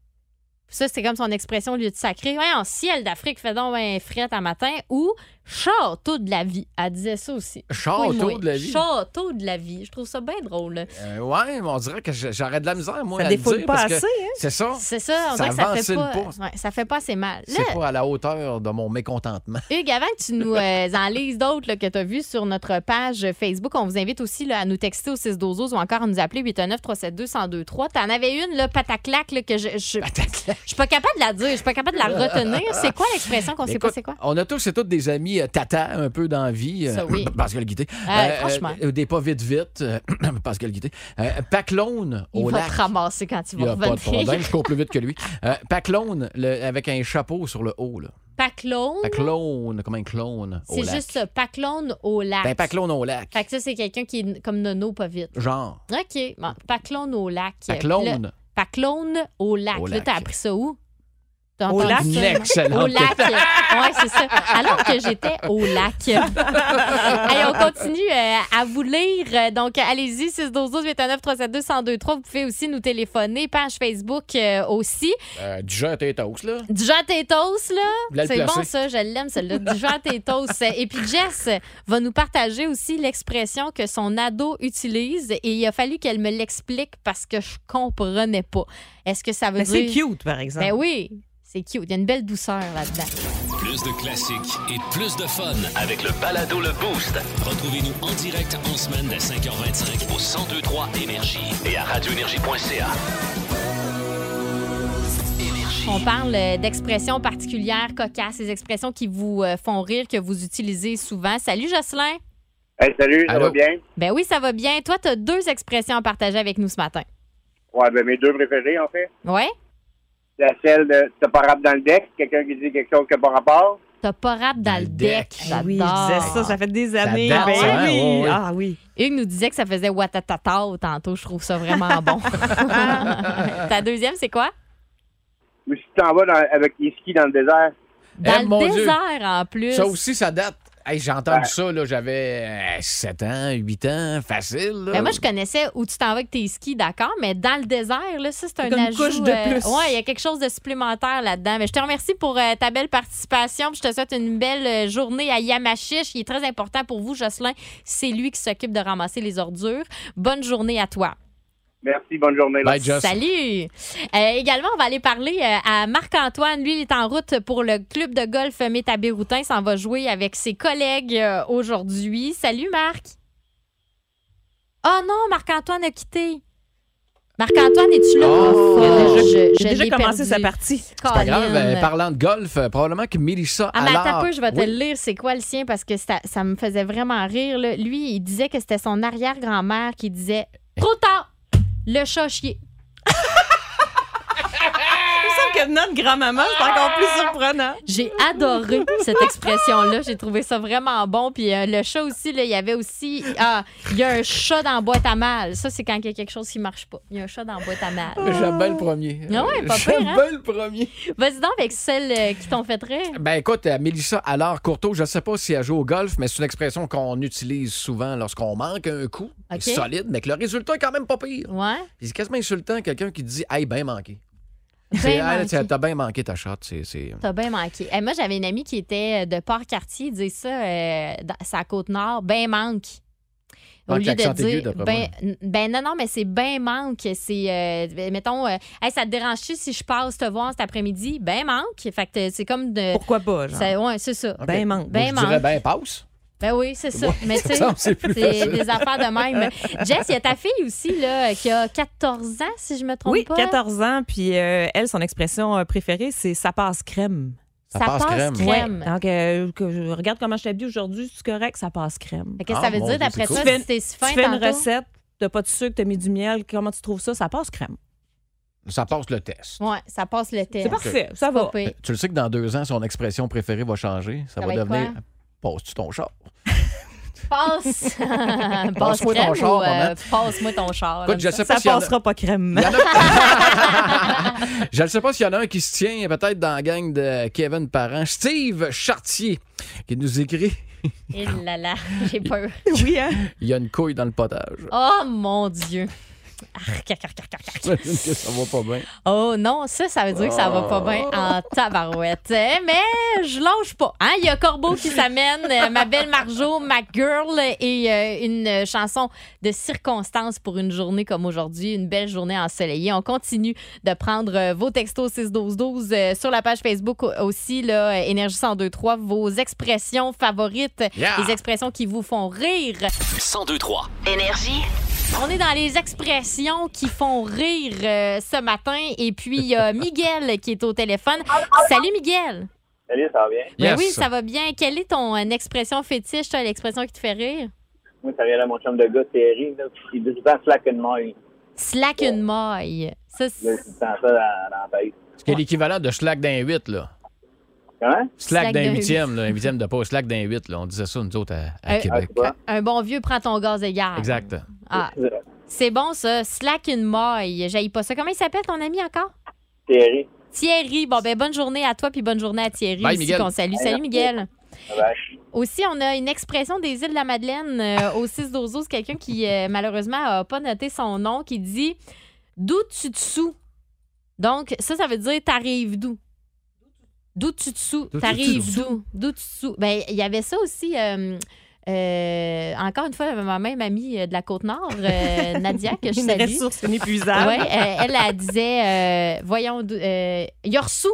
F: Ça, c'est comme son expression au lieu de sacré. Ouais, en ciel d'Afrique, fais donc un fret à matin. Ou château de la vie. Elle disait ça aussi.
G: Château
F: Oui, oui.
G: de la vie.
F: Château de la vie. Je trouve ça bien drôle.
G: Euh, ouais, mais on dirait que j'- j'aurais de la misère, moi,
H: Ça
G: à le
H: défoule
G: dire,
H: pas
G: parce que
H: assez, hein?
G: C'est ça.
F: C'est ça, on
G: Oh, Ça
F: dirait que ça fait
G: vacille
F: pas,
G: pas.
F: ouais, ça fait pas assez mal. Là,
G: C'est pas à la hauteur de mon mécontentement.
F: Hugues, avant que tu nous euh, en lises d'autres là, que tu as vues sur notre page Facebook, on vous invite aussi là, à nous texter au 6 12 ou encore à nous appeler 819 372 1023 T'en avais une, là, pataclac, là, que je, je, je suis pas capable de la dire, je suis pas capable de la retenir. C'est quoi l'expression qu'on sait pas
G: Écoute,
F: c'est quoi?
G: On a tous et toutes des amis euh, tata un peu dans la vie. euh,
F: Ça, oui.
G: Pascal Guité.
F: franchement.
G: euh, des pas vite vite. euh, Pascal Guité. Euh, Paclone
F: Il
G: au
F: va
G: lac.
F: te ramasser quand
G: Il
F: il
G: n'y
F: va
G: a pas de problème,
F: revenir.
G: je cours plus vite que lui. Euh, Paclone, le- avec un chapeau sur le haut. Là.
F: Paclone,
G: Paclone, comme un clone au
F: c'est
G: lac.
F: juste ça, Paclone au lac.
G: Ben, Paclone au lac.
F: Fait que ça, c'est quelqu'un qui est comme Nono pas vite.
G: Genre,
F: OK, bon, Paclone au lac. Puis là,
G: Paclone.
F: Paclone au lac.
G: Au
F: Là,
G: lac.
F: t'as appris ça où? T'as
H: Au
F: entendu
H: lac?
F: ça?
G: Excellent.
F: Au lac. Oui, c'est ça. Alors que j'étais au lac. Allez, on continue euh, à vous lire. Euh, Donc, allez-y, 612 819 372 1023 Vous pouvez aussi nous téléphoner, page Facebook euh, aussi.
G: Euh, Déjà, t'es toast, là.
F: Déjà tes toasts,
G: Vous l'avez
F: là. C'est
G: placé.
F: bon, ça, je l'aime, celle-là. Déjà tes toasts. Et puis, Jess va nous partager aussi l'expression que son ado utilise et il a fallu qu'elle me l'explique parce que je comprenais pas. Est-ce que ça veut
H: Mais c'est
F: dire.
H: cute, par exemple.
F: Ben oui, c'est cute. Il y a une belle douceur là-dedans.
A: Plus de classiques et plus de fun.
B: Avec le balado Le Boost
A: Retrouvez-nous en direct en semaine dès 5h25
B: au 1023 Énergie et à radioénergie.ca.
F: On parle euh, d'expressions particulières, cocasses, des expressions qui vous euh, font rire, que vous utilisez souvent. Salut Jocelyn.
E: Hey, salut, ça
G: Allô?
E: va bien?
F: Ben oui, ça va bien. Toi, tu as deux expressions à partager avec nous ce matin.
E: Ouais, ben mes deux préférés, en fait.
F: Ouais?
E: La celle de T'as pas rap dans le deck, quelqu'un qui dit quelque chose qui n'a pas rapport.
F: T'as pas rap dans
G: Dans
F: le
G: le deck.
F: deck.
H: Ah oui, je
F: J'adore.
H: disais ça, ça fait des années.
G: date,
H: Ben
G: ça, hein?
H: oui.
G: Ouais, ouais.
H: Ah oui.
F: Hugues nous disait que ça faisait watatata tantôt. Je trouve ça vraiment bon. Ta deuxième, c'est quoi?
E: Ou si tu t'en vas dans- avec les skis dans le désert.
F: Dans
G: Eh, mon
F: le
G: Dieu.
F: désert, en plus.
G: Ça aussi, ça date. Hey, j'ai entendu ça, là, j'avais 7 ans, 8 ans, facile. là.
F: Ben, moi, je connaissais où tu t'en vas avec tes skis, d'accord, mais dans le désert, là, ça, c'est un
H: comme une
F: ajout. euh,
H: couche de plus.
F: ouais, il y a quelque chose de supplémentaire là-dedans. Mais je te remercie pour euh, ta belle participation. puis Je te souhaite une belle euh, journée à Yamachiche. Il est très important pour vous, Jocelyn. C'est lui qui s'occupe de ramasser les ordures. Bonne journée à toi.
E: Merci, bonne journée. là.
G: Bye, Joss.
F: Salut! Euh, également, on va aller parler euh, à Marc-Antoine. Lui, il est en route pour le club de golf Métabéroutin. Il s'en va jouer avec ses collègues euh, aujourd'hui. Salut, Marc! Oh non, Marc-Antoine a quitté. Marc-Antoine, es-tu là?
G: Oh!
F: Mon fudge, je
H: J'ai déjà
F: l'ai
H: commencé
F: perdu.
H: sa partie.
G: C'est pas grave,
F: Colin.
G: euh, parlant de golf, euh, probablement que Mélissa
F: Ah, mais attends un
G: Allard-
F: peu, je vais te
G: Oui.
F: le lire, c'est quoi le sien, parce que ça, ça me faisait vraiment rire. là. Lui, il disait que c'était son arrière-grand-mère qui disait « Trop tard! Le chat a chié! »
H: Il me semble que venant de grand-maman, c'est encore plus surprenant.
F: J'ai adoré cette expression-là. J'ai trouvé ça vraiment bon. Puis euh, le chat aussi, là, il y avait aussi. Ah, il y a un chat dans la boîte à mal. Ça, c'est quand il y a quelque chose qui marche pas. Il y a un chat dans la boîte à mal.
G: J'aime bien le premier.
F: Ah ouais, pas
G: J'aime
F: pire, hein?
G: bien le premier.
F: Vas-y donc avec celle euh, qui t'ont fait rire.
G: Ben écoute, euh, Mélissa Allard Courteau, je ne sais pas si elle joue au golf, mais c'est une expression qu'on utilise souvent lorsqu'on manque un coup
F: Ok.
G: solide, mais que le résultat est quand même pas pire.
F: Ouais.
G: Puis C'est quasiment insultant quelqu'un qui dit Hey, ben manqué. C'est,
F: Ben
G: Hey,
F: manqué.
G: t'as- T'as bien manqué ta shot. C'est, c'est-
F: T'as bien manqué. Eh, moi, j'avais une amie qui était euh, de Port-Cartier. Il disait ça, euh, dans sa Côte-Nord, ben manque. Au
G: Manque
F: lieu de
G: l'accent aigu,
F: dire,
G: d'après
F: ben, ben non, non, mais c'est ben manque. C'est, euh, ben, mettons, euh, Hey, ça te dérange-tu si je passe te voir cet après-midi? Ben manque. Fait que euh, c'est comme de.
H: Pourquoi pas, genre?
F: Ça- ouais, c'est ça.
G: Ok.
H: Ben manque.
F: Ben
G: je
F: manque.
G: dirais ben passe.
F: Ben oui, c'est ça. Mais tu sais,
G: Ça me semble, c'est plus
F: c'est
G: facile.
F: des affaires de même. Jess, il y a ta fille aussi, là, qui a 14 ans, si je me trompe
H: Oui,
F: pas.
H: 14 ans, puis euh, elle, son expression euh, préférée, c'est ça passe crème.
F: Ça,
G: Ça
F: passe
G: passe
F: crème.
G: crème.
H: Donc, euh, que je regarde comment je t'habille aujourd'hui, c'est correct, ça passe crème.
F: Fait Qu'est-ce que
G: Ah,
F: ça veut
G: mon
F: dire
G: Dieu,
F: d'après
G: c'est
F: toi
H: cool.
F: si t'es si fin
H: Tu fais une
F: tantôt?
H: recette, t'as pas de sucre, t'as mis du miel, comment tu trouves ça? Ça passe crème.
G: Ça passe le test. Euh,
F: Ouais, ça passe le test.
H: C'est parfait, ça
F: Pas
H: va.
F: pire.
G: Tu le sais que dans deux ans, son expression préférée va changer. Ça,
F: Ça
G: va,
F: va être
G: devenir Passe-tu ton char.
F: Passe. passe
G: Passe-moi ton
F: crème
G: char,
F: ou, euh,
G: maman.
F: passe-moi ton char.
G: Écoute, je
F: là.
G: sais pas
H: Ça
G: s'il y en a-
H: passera pas crème.
G: Il y en a- Je ne sais pas s'il y en a un qui se tient peut-être dans la gang de Kevin Parent. Steve Chartier qui nous écrit
F: Eh là là, j'ai peur.
H: Oui, hein?
G: Il y a une couille dans le potage.
F: Oh mon Dieu. Arc, arc, arc, arc, arc, arc.
G: J'imagine que ça va pas bien.
F: Oh non, ça, ça veut dire que ça va pas bien en tabarouette. Eh, Mais je lâche pas. Hein? Il y a Corbeau qui s'amène, euh, ma belle Marjo, ma girl et euh, une euh, chanson de circonstance pour une journée comme aujourd'hui, une belle journée ensoleillée. On continue de prendre euh, vos textos 6-12-12 euh, sur la page Facebook au- aussi, là, euh, Énergie 1023, vos expressions favorites,
G: Yeah.
F: les expressions qui vous font rire.
B: 1023
I: Énergie.
F: On est dans les expressions qui font rire euh, ce matin. Et puis, il y a Miguel qui est au téléphone. Salut, Miguel.
E: Salut, ça va bien?
F: Ben
G: Yes.
F: oui, ça va bien. Quelle est ton euh, expression fétiche, toi, l'expression qui te fait rire?
E: Moi, ça vient à mon chum de gars, Thierry, là, il dit souvent slack une maille.
F: Slack une maille. Ça, c'est-
E: Là, je sens ça dans, dans la tête.
G: Ce qui est l'équivalent de slack d'un 8, là.
E: Comment?
F: Slack
G: Slack d'un
F: d'un
G: 8e, là. Un 8e de pas, slack d'un 8, là. On disait ça, nous autres, à, à
F: Euh,
E: Ah,
G: Québec.
E: c'est pas?
F: un bon vieux prend ton gaz égard.
G: Exact.
F: Ah, c'est bon, ça. Slack une maille. J'aille pas ça. Comment il s'appelle, ton ami, encore?
E: Thierry.
F: Thierry. Bon, ben, bonne journée à toi, puis bonne journée à Thierry
G: Bye,
F: aussi,
G: Miguel.
F: qu'on salue. Salut, Miguel.
E: Ah, vache.
F: Aussi, on a une expression des îles de la Madeleine euh, au 6 d'Ozo. C'est quelqu'un qui, euh, malheureusement, n'a pas noté son nom, qui dit D'où tu te sous Donc, ça, ça veut dire t'arrives d'où D'où tu te
G: D'où
F: sous
G: tu te
F: T'arrives
G: sous?
F: d'où D'où tu te sous Ben, il y avait ça aussi. euh, euh, encore une fois, ma même amie euh, de la Côte-Nord, euh, Nadia, que je
H: Une
F: salue.
H: ressource inépuisable.
F: Ouais, euh, elle, elle disait, euh, voyons, d'où- euh, Yorsou.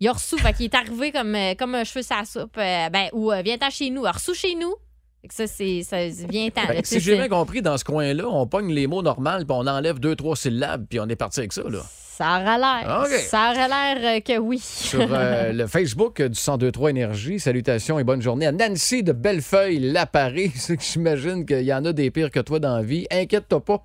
F: Il a reçu, fait qu'il est arrivé comme, euh, comme un cheveu sa soupe. euh, ben, ou euh, viens-t'en chez nous. Il a reçu chez nous. Fait que ça, c'est. ça, c'est- Viens-t'en. là,
G: Fait que
F: tu
G: si
F: sais,
G: j'ai
F: c'est-
G: bien compris, dans ce coin-là, on pogne les mots normaux, puis on enlève deux, trois syllabes, puis on est parti avec ça. Là.
F: Ça aurait l'air.
G: Ah, OK.
F: Ça aurait l'air euh, que oui.
G: Sur euh, le Facebook euh, du 1023 Énergie, salutations et bonne journée à Nancy de Bellefeuille, l'appareil. C'est que j'imagine qu'il y en a des pires que toi dans la vie. Inquiète-toi pas.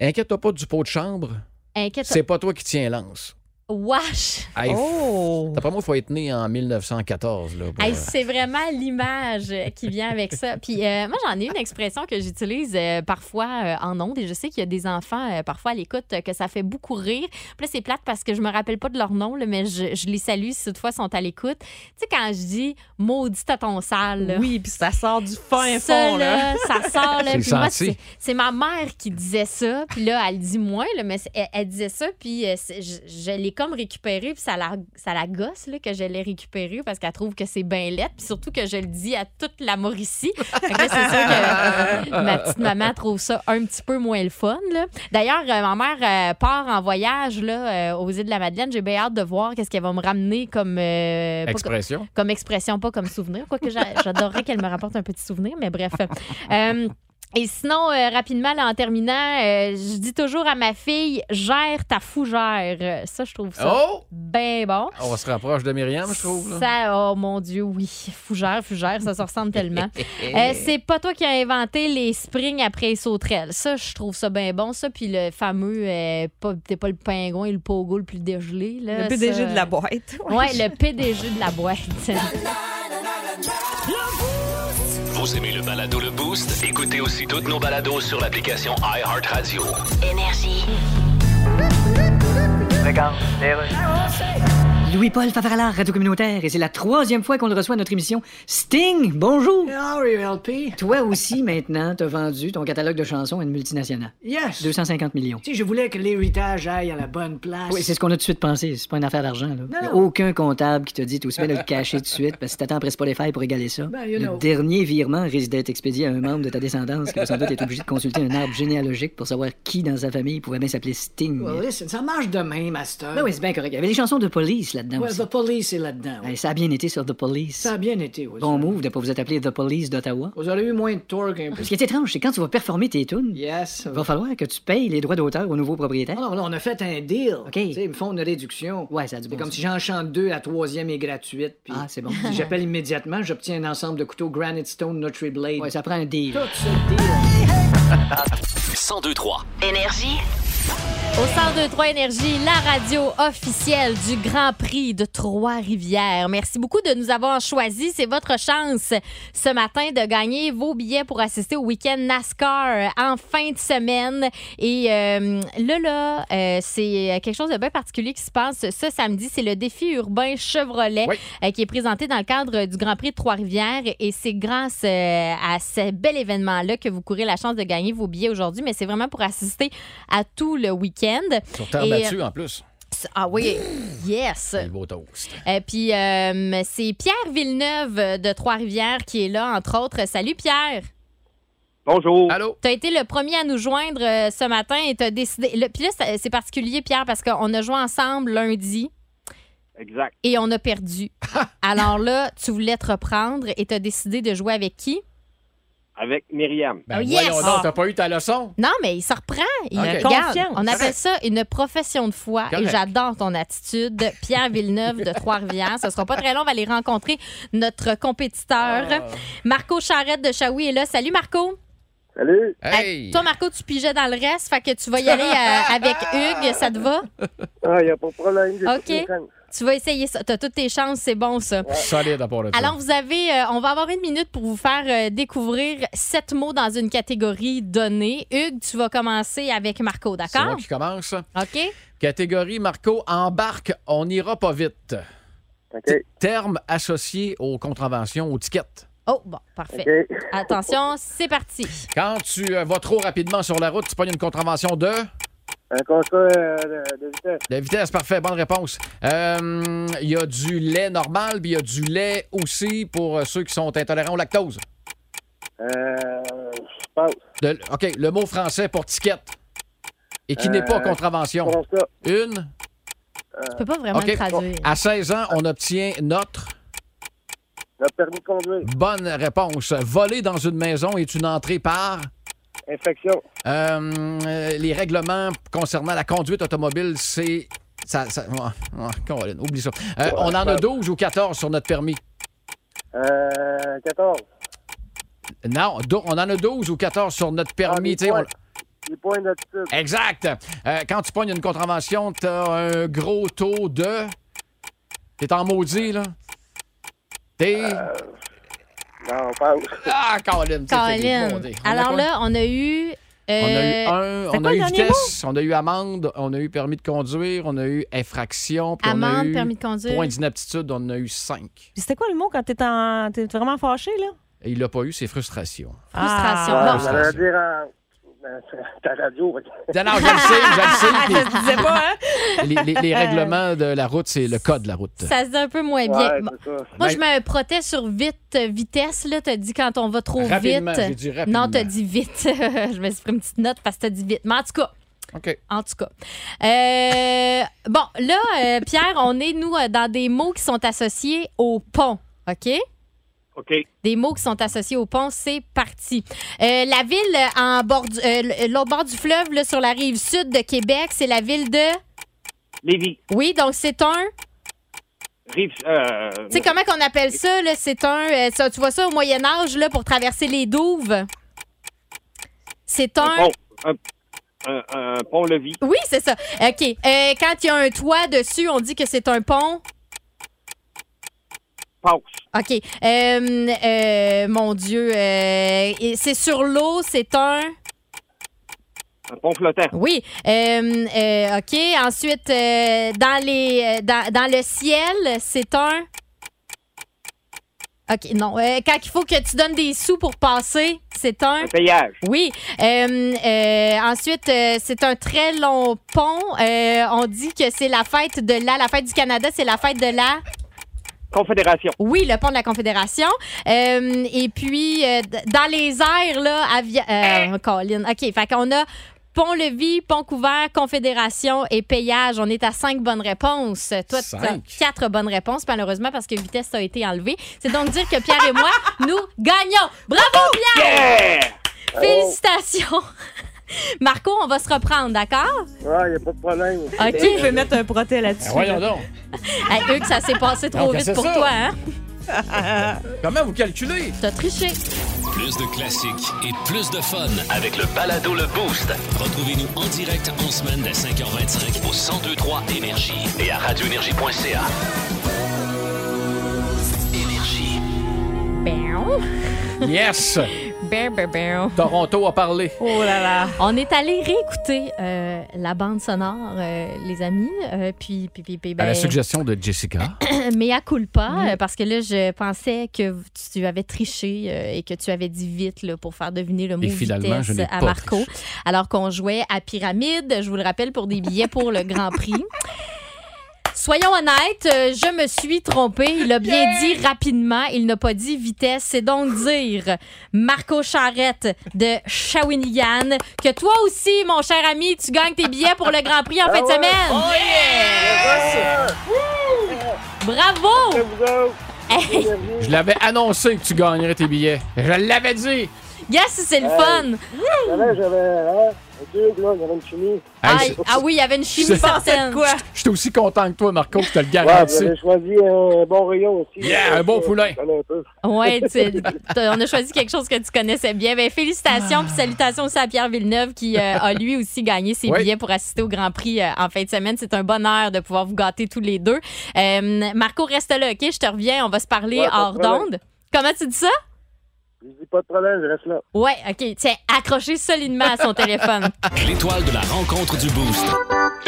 G: Inquiète-toi pas du pot de chambre.
F: Inquiète.
G: C'est pas toi qui tiens lance.
F: Wesh!
G: Hey, f-
H: Oh!
G: D'après moi, il faut être né en 1914. Là, pour,
F: Hey,
G: euh,
F: c'est vraiment l'image euh, qui vient avec ça. Puis euh, moi, j'en ai une expression que j'utilise euh, parfois euh, en ondes et je sais qu'il y a des enfants euh, parfois à l'écoute euh, que ça fait beaucoup rire. Puis là, c'est plate parce que je me rappelle pas de leur nom, là, mais je, je les salue si toutefois ils sont à l'écoute. Tu sais, quand je dis « maudit à ton sale », là,
H: Oui, puis ça sort du fin
F: ça,
H: fond, là.
F: là, ça sort. Là,
G: C'est
F: Puis moi,
G: senti.
F: c'est- c'est ma mère qui disait ça. Puis là, elle le dit moins, là, mais c'est- elle, elle disait ça. Puis euh, c'est- je, je l'ai comme récupéré. Puis ça la, ça la gosse là, que je l'ai récupéré parce qu'elle trouve que c'est bien laid. Puis surtout que je le dis à toute la Mauricie. Fait que là, c'est sûr que euh, ma petite maman trouve ça un petit peu moins le fun. là. D'ailleurs, euh, ma mère euh, part en voyage là, euh, aux îles de la Madeleine. J'ai bien hâte de voir qu'est-ce qu'elle va me ramener comme. euh, pas comme-
G: expression.
F: comme expression, pas comme souvenir. Quoique j'a- j'adorerais qu'elle me rapporte un petit souvenir, mais bref. Euh, et sinon, euh, rapidement, là, en terminant, euh, je dis toujours à ma fille, gère ta fougère. Euh, Ça, je trouve ça
G: Oh!
F: bien bon.
G: On se rapproche de Myriam, je trouve. là.
F: Ça, oh mon Dieu, oui. Fougère, fougère, ça se ressemble tellement. Euh, c'est pas toi qui as inventé les springs après les sauterelles. Ça, je trouve ça bien bon, ça. Puis le fameux, euh, pas- t'es pas le pingouin, le pogo le plus dégelé. Là,
H: Le PDG
F: Ça,
H: de la boîte.
F: Ouais, le PDG de la boîte.
B: Vous aimez le balado Le Boost? Écoutez aussi toutes nos balados sur l'application iHeartRadio.
I: Énergie.
C: Louis-Paul Favarala, Radio Communautaire, et c'est la troisième fois qu'on le reçoit à notre émission. Sting, bonjour!
D: Sorry, LP.
C: Toi aussi, maintenant, t'as vendu ton catalogue de chansons à une multinationale.
D: Yes.
C: 250 millions.
D: Tu sais, je voulais que l'héritage aille à la bonne place.
C: Ah Oui, c'est ce qu'on a tout de suite pensé. C'est pas une affaire d'argent. Là. Y a Aucun comptable qui te dit, t'es aussi bien de le cacher tout de suite, parce que si t'attends après Spotify pour égaler ça,
D: Ben, you
C: le
D: know.
C: dernier virement risque d'être expédié à un membre de ta descendance qui va sans doute être obligé de consulter un arbre généalogique pour savoir qui dans sa famille pouvait bien s'appeler Sting.
D: Well, listen, ça marche demain, Master.
C: Ben oui, c'est bien correct. Il y avait les chansons de police là-dedans
D: Well,
C: aussi.
D: the police est là-dedans. oui.
C: Ben, ça a bien été sur The Police.
D: Ça a bien été, oui.
C: Bon
D: ça.
C: move de pas vous être appelé The Police d'Ottawa.
D: Vous aurez eu moins de torque un peu.
C: Ce qui est étrange, c'est quand tu vas performer tes tunes,
D: Yes.
C: il va falloir que tu payes les droits d'auteur au nouveau propriétaire.
D: Non, non, là, on a fait un deal.
C: OK.
D: Tu sais, ils me font une réduction.
C: Ouais, ça a du
D: C'est
C: bon
D: comme
C: sens.
D: si j'en chante deux, la troisième est gratuite. Puis
C: Ah, c'est bon.
D: Si j'appelle immédiatement, j'obtiens un ensemble de couteaux Granite Stone Nutri Blade.
C: Ouais, ça prend un deal.
D: Tout ce deal.
B: 1023.
I: Énergie.
F: Au 1023 Énergie, la radio officielle du Grand Prix de Trois-Rivières. Merci beaucoup de nous avoir choisis. C'est votre chance ce matin de gagner vos billets pour assister au week-end NASCAR en fin de semaine. Et euh, là, là, euh, c'est quelque chose de bien particulier qui se passe ce samedi. C'est le défi urbain Chevrolet
G: Oui.
F: euh, qui est présenté dans le cadre du Grand Prix de Trois-Rivières. Et c'est grâce euh, à ce bel événement-là que vous courez la chance de gagner vos billets aujourd'hui. Mais c'est vraiment pour assister à tout le week-end.
G: Sur terre
F: Et- euh,
G: battue, en plus.
F: Ah oui, yes.
G: Le beau toast.
F: Et puis, euh, c'est Pierre Villeneuve euh, de Trois-Rivières qui est là, entre autres. Salut Pierre. Oh.
E: Bonjour.
G: Allô?
F: Tu as été le premier à nous joindre euh, ce matin et tu as décidé. là, Puis là, c'est- c'est particulier, Pierre, parce qu'on a joué ensemble lundi
E: Exact.
F: et on a perdu. Alors là, tu voulais te reprendre et tu as décidé de jouer avec qui?
E: Avec Myriam.
G: Ben,
F: Oh, yes!
G: voyons donc, t'as pas eu ta leçon.
F: Non, mais il se reprend. Il
G: Ok.
F: regarde.
H: Confiance.
F: On appelle ça une profession de foi.
G: Correct.
F: Et j'adore ton attitude. Pierre Villeneuve de Trois-Rivières. Ce sera pas très long. On va aller rencontrer notre compétiteur.
G: Ah.
F: Marco Charrette de Chaoui est là. Salut, Marco.
E: Salut.
G: Hey!
F: Toi, Marco, tu pigeais dans le reste. Fait que tu vas y aller euh, avec Hugues. Ça te va?
E: Ah, y a pas de problème. j'ai
F: OK.
E: toutes mes chances.
F: Tu vas essayer ça. T'as toutes tes chances. C'est bon, ça.
G: Solide à part de ça.
F: Alors, vous avez, euh, on va avoir une minute pour vous faire euh, découvrir sept mots dans une catégorie donnée. Hugues, tu vas commencer avec Marco,
G: C'est moi
F: d'accord?
G: qui commence.
F: OK?
G: Catégorie Marco, embarque, on n'ira pas vite.
E: OK.
G: Terme associé aux contraventions, aux tickets.
F: Oh, bon, parfait.
E: OK.
F: Attention, c'est parti.
G: Quand tu euh, vas trop rapidement sur la route, tu pognes une contravention de.
E: Un contrat euh, de- de vitesse.
G: La vitesse, parfait, bonne réponse. Euh, Il y a du lait normal, puis il y a du lait aussi pour euh, ceux qui sont intolérants au lactose.
E: Euh, je pense.
G: De- OK, le mot français pour ticket. Et qui n'est
E: Euh,
G: pas contravention.
E: Contrat.
G: Une,
F: Je peux pas vraiment
G: OK. Ah,
F: le traduire.
G: À 16 ans, on obtient notre
E: Le permis de conduire,
G: bonne réponse. Voler dans une maison est une entrée par
E: infection,
G: euh, euh, les règlements concernant la conduite automobile, c'est. Ça, ça- ah, ah, Caroline, oublie ça. Euh, on en a 12 ou 14 sur notre permis.
E: euh, 14.
G: Non, do- on en a 12 ou 14 sur notre permis.
E: Ah, les
G: tu sais, on-
E: points. Les points d'attitude,
G: Exact. Euh, quand tu pognes une contravention, t'as un gros taux de. T'es en maudit, là. T'es.
E: non, pas
G: Ah, Caroline, c'est fini. Bon,
F: Colin.
G: t'es- on a
F: Alors
G: quoi?
F: là, on a eu.
G: On a
F: euh,
G: eu un,
H: c'était
G: on
H: quoi
G: a
H: le
G: eu
H: dernier
G: vitesse, on a eu amende, on a eu permis de conduire, on a eu infraction, puis on a
F: amende,
G: eu
F: permis de conduire.
G: point d'inaptitude, on en a eu cinq.
H: Puis c'était quoi le mot quand t'es en... t'es vraiment fâché, là?
G: Et il l'a pas eu, c'est frustration.
F: Frustration.
G: Ah,
E: Ah,
F: Bon,
G: ça,
E: J'allais
G: ça.
E: dire en... ben, ta radio.
G: Non, non, je le sais, je le sais.
F: Ah,
H: Je disais pas, hein?
G: puis Les, les- les règlements de la route, c'est le code de la route.
F: Euh, ça se dit un peu moins Eh bien.
E: Ouais,
F: Bon,
E: c'est ça.
F: Moi, je me protège sur vite, euh, vitesse. Là, t'as dit quand on va trop
G: rapidement, j'ai
F: vite.
G: dit rapidement.
F: Non, t'as dit vite. je me suis pris une petite note parce que t'as dit vite. Mais en tout cas,
G: OK.
F: En tout cas. Euh, bon, là, euh, Pierre, on est, nous, euh, dans des mots qui sont associés au pont, OK?
E: OK.
F: Des mots qui sont associés au pont, c'est parti. Euh, la ville euh, en bord du- euh, l- l'autre bord du fleuve, là, sur la rive sud de Québec, c'est la ville de...
E: Lévis,
F: Oui, donc c'est un...
E: Rive, euh,
F: Tu sais comment qu'on appelle ça, là? C'est un... euh, ça, tu vois ça au Moyen Âge, là, pour traverser les douves? C'est un...
E: un pont, un, un, un pont-levis,
F: Oui, c'est ça. OK. Euh, quand il y a un toit dessus, on dit que c'est un pont.
E: passe,
F: OK. Euh, euh, mon Dieu, euh, et c'est sur l'eau, c'est un.
E: un pont flottant,
F: Oui. Euh, euh, OK. Ensuite, euh, dans, les, euh, dans, dans le ciel, c'est un. OK, non. Euh, quand il faut que tu donnes des sous pour passer, c'est un.
E: un péage,
F: Oui. Euh, euh, ensuite, euh, c'est un très long pont. Euh, on dit que c'est la fête de la. La fête du Canada, c'est la fête de la.
E: confédération,
F: Oui, le pont de la Confédération. Euh, et puis, euh, d- dans les airs, là, avia...
G: Hein?
F: euh, Colin. OK, fait qu'on a pont-levis, pont couvert, Confédération et payage. On est à cinq bonnes réponses. Toi, tu as
G: Cinq.
F: quatre bonnes réponses, malheureusement, parce que vitesse a été enlevée. C'est donc dire que Pierre et moi, nous gagnons. Bravo, Pierre! Félicitations!
G: Oh!
F: Marco, on va se reprendre, d'accord?
E: ouais, y a pas de problème.
F: OK.
H: Tu peux mettre un proté là-dessus.
G: Ben, voyons
H: là.
G: donc.
F: Hey, Hugues, ça s'est passé trop
G: Donc,
F: vite
G: c'est
F: pour
G: ça.
F: toi, hein?
G: Comment vous calculez?
F: T'as triché.
B: Plus de classiques et plus de fun.
A: Avec le balado Le Boost.
B: Retrouvez-nous en direct en semaine dès 5h25 au 1023 Énergie et à radioénergie.ca. Énergie.
F: Bien,
G: Yes!
F: bien, bien, bien.
G: Toronto a parlé.
H: Oh là là.
F: On est allé réécouter euh, la bande sonore, euh, les amis, euh, puis, puis, puis, puis,
G: À
F: ben,
G: la suggestion de Jessica.
F: mea culpa, euh, parce que là, je pensais que v- tu avais triché euh, et que tu avais dit vite là, pour faire deviner le mot
G: Et finalement, je
F: vitesse
G: n'ai
F: à
G: pas
F: Marco,
G: triché.
F: alors qu'on jouait à Pyramide, je vous le rappelle, pour des billets pour le Grand Prix. Soyons honnêtes, euh, je me suis trompée. Il a bien dit rapidement. Il n'a pas dit vitesse. C'est donc dire Marco Charrette de Shawinigan que toi aussi, mon cher ami, tu gagnes tes billets pour le Grand Prix en fin de semaine. Bravo!
E: Vous autres,
F: Hey,
G: Je l'avais annoncé que tu gagnerais tes billets. Je l'avais dit.
F: yes, c'est le fun!
E: j'avais, j'avais, hein, un tube, là, j'avais une chimie.
G: Hey,
F: Aïe,
G: je-
F: ah oui, il y avait une
G: Je
F: chimie
G: sais
H: Pensais
F: certaine.
H: de quoi?
G: je suis aussi content que toi, Marco, que je te le
E: Ouais, vous
G: garantis.
E: avez choisi un bon rayon aussi. Euh,
G: Yeah, un bon poulain.
E: Je connais un peu.
F: Ouais, tu sais, t'as- on a choisi quelque chose que tu connaissais bien. Ben, félicitations, puis salutations aussi à Pierre Villeneuve qui euh, a lui aussi gagné ses
G: Oui.
F: billets pour assister au Grand Prix euh, en fin de semaine. C'est un bonheur de pouvoir vous gâter tous les deux. Euh, Marco, reste là, OK? Je te reviens, on va se parler
E: Ouais, pas de
F: hors
E: problème.
F: d'onde. Comment tu dis ça?
E: Je dis pas de problème, je reste là.
F: Ouais, OK. Tiens, accroché solidement à son téléphone.
A: L'étoile de la rencontre du Boost.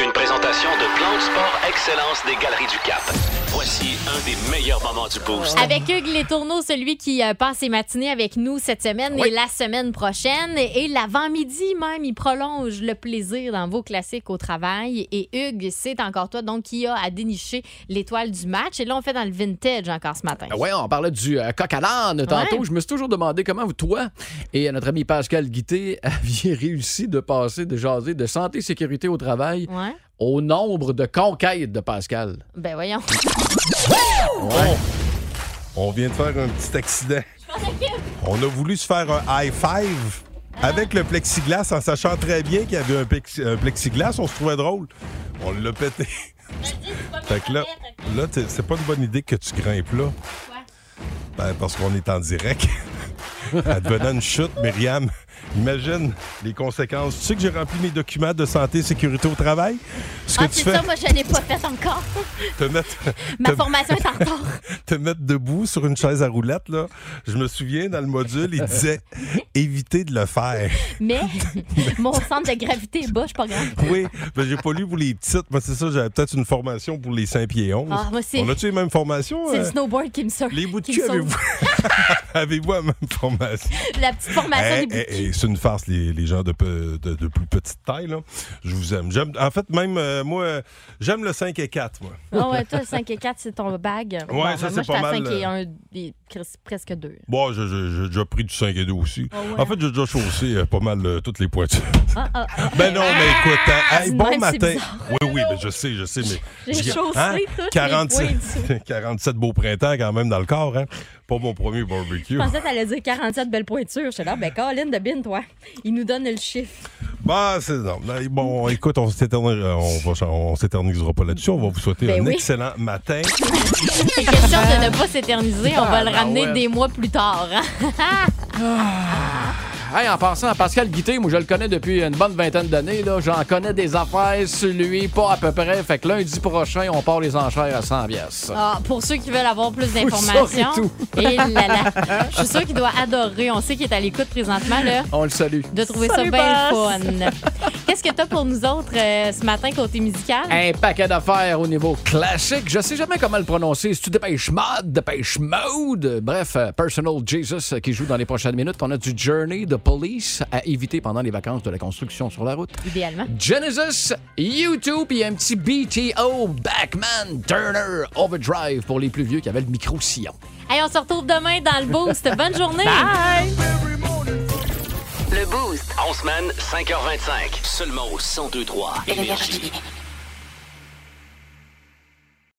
B: Une présentation de Plan de Sport Excellence des Galeries du Cap. Voici un des meilleurs moments du Boost.
F: Avec Hugues Les Tourneaux, celui qui euh, passe ses matinées avec nous cette semaine et la semaine prochaine. Et l'avant-midi même, il prolonge le plaisir dans vos classiques au travail. Et Hugues, c'est encore toi donc qui a à dénicher l'étoile du match. Et là, on fait dans le vintage encore ce
E: Ah
F: matin.
G: Oui, Ah on parlait du euh, coq à l'âne tantôt.
F: Ouais.
G: Je me suis toujours demandé comment vous, toi et euh, notre ami Pascal Guité aviez réussi de passer de jaser de santé sécurité au travail
F: Ouais.
G: au nombre de conquêtes de Pascal.
F: Ben voyons.
E: On vient de faire un petit accident. On a voulu se faire un high five avec le plexiglas en sachant très bien qu'il y avait un, plexi- un plexiglas. On se trouvait drôle. On l'a pété. Fait que là, là t'es- c'est pas une bonne idée que tu grimpes là. Ben, parce qu'on est en direct. Advenant une chute, Myriam, imagine les conséquences. Tu sais que j'ai rempli mes documents de santé et sécurité au travail? Ce que
J: Ah,
E: tu
J: c'est
E: fais,
J: ça, moi, je l'ai pas faite encore.
E: te mettre,
J: Ma
E: te-
J: formation est en retard.
E: te mettre debout sur une chaise à roulettes, là. Je me souviens, dans le module, il disait évitez de le faire.
J: Mais mon centre de gravité est bas, je suis pas grave.
E: Oui, ben, j'ai pas lu pour les petites. Moi, c'est ça, j'avais peut-être une formation pour les 5 pieds 11.
J: Ah, moi, c'est-
E: On a-tu les mêmes formations?
J: C'est
E: euh?
J: le snowboard qui me sort.
E: Les bouts de
J: qui
E: cul,
J: me sauve.
E: avez-vous avez-vous la même formation?
J: La petite formation
E: Eh,
J: des bouts de
E: eh,
J: cul.
E: eh, c'est une farce, les, les gens de, peu- de- de plus petite taille. Là. Je vous aime. J'aime- En fait, même euh, moi, euh, j'aime le 5 et 4, moi.
F: Ah ouais, toi, le 5 et 4, c'est ton bag. Ouais,
J: ben,
E: ça, c'est pas
F: Moi,
E: mal,
F: j'étais à 5 et
E: euh.
F: 1, et cres- presque 2.
E: Bon, je- je- je- j'ai déjà pris du 5 et 2 aussi.
F: Ah ouais.
E: En fait, j'ai déjà chaussé euh, pas mal euh, toutes les pointures.
F: Ah, ah, ah.
E: Ben non, mais écoute, hein, hey,
F: c'est de
E: bon
F: même, c'est
E: matin.
F: bizarre.
E: Oui, oui, mais je sais, je sais, mais.
F: J'ai
E: je-
F: chaussé toutes les
E: 47, 47 beaux printemps quand même dans le corps, hein? Pas mon premier barbecue.
F: Je pensais que t'allais dire 47 belles pointures. J'étais là, ben Colin de Bin, toi, il nous donne le chiffre.
E: Bah, c'est non. Là, Bon, écoute, on s'éternise- euh, on va- on s'éternisera pas là-dessus. On va vous souhaiter
F: Ben
E: un
F: oui.
E: excellent matin.
F: C'est question de ne pas s'éterniser. On va le
G: ben
F: ramener
G: ouais.
F: des mois plus tard. hein.
G: Hey, en passant à Pascal Guité, moi je le connais depuis une bonne vingtaine d'années. là. J'en connais des affaires sur lui, pas à peu près. Fait que lundi prochain, on part les enchères à 100 piastres.
F: Ah, pour ceux qui veulent avoir plus
G: ça, c'est
F: d'informations.
G: tout.
F: Et là, là. Je suis sûre qu'il doit adorer. On sait qu'il est à l'écoute présentement, là.
G: On le salue.
F: De trouver ça
H: Salut, boss.
F: bien le fun. Qu'est-ce que t'as pour nous autres euh, ce matin côté musical?
G: Un paquet d'affaires au niveau classique. Je sais jamais comment le prononcer. Si tu dépêches mode, dépêche mode. Bref, euh, Personal Jesus euh, qui joue dans les prochaines minutes. On a du Journey de Police à éviter pendant les vacances de la construction sur la route.
F: Idéalement.
G: Genesis, YouTube et un petit BTO Backman Turner Overdrive pour les plus vieux qui avaient le micro-sillon.
F: Hey, on se retrouve demain dans le boost. Bonne journée.
B: En semaine, 5h25. Seulement au 1023 Énergie.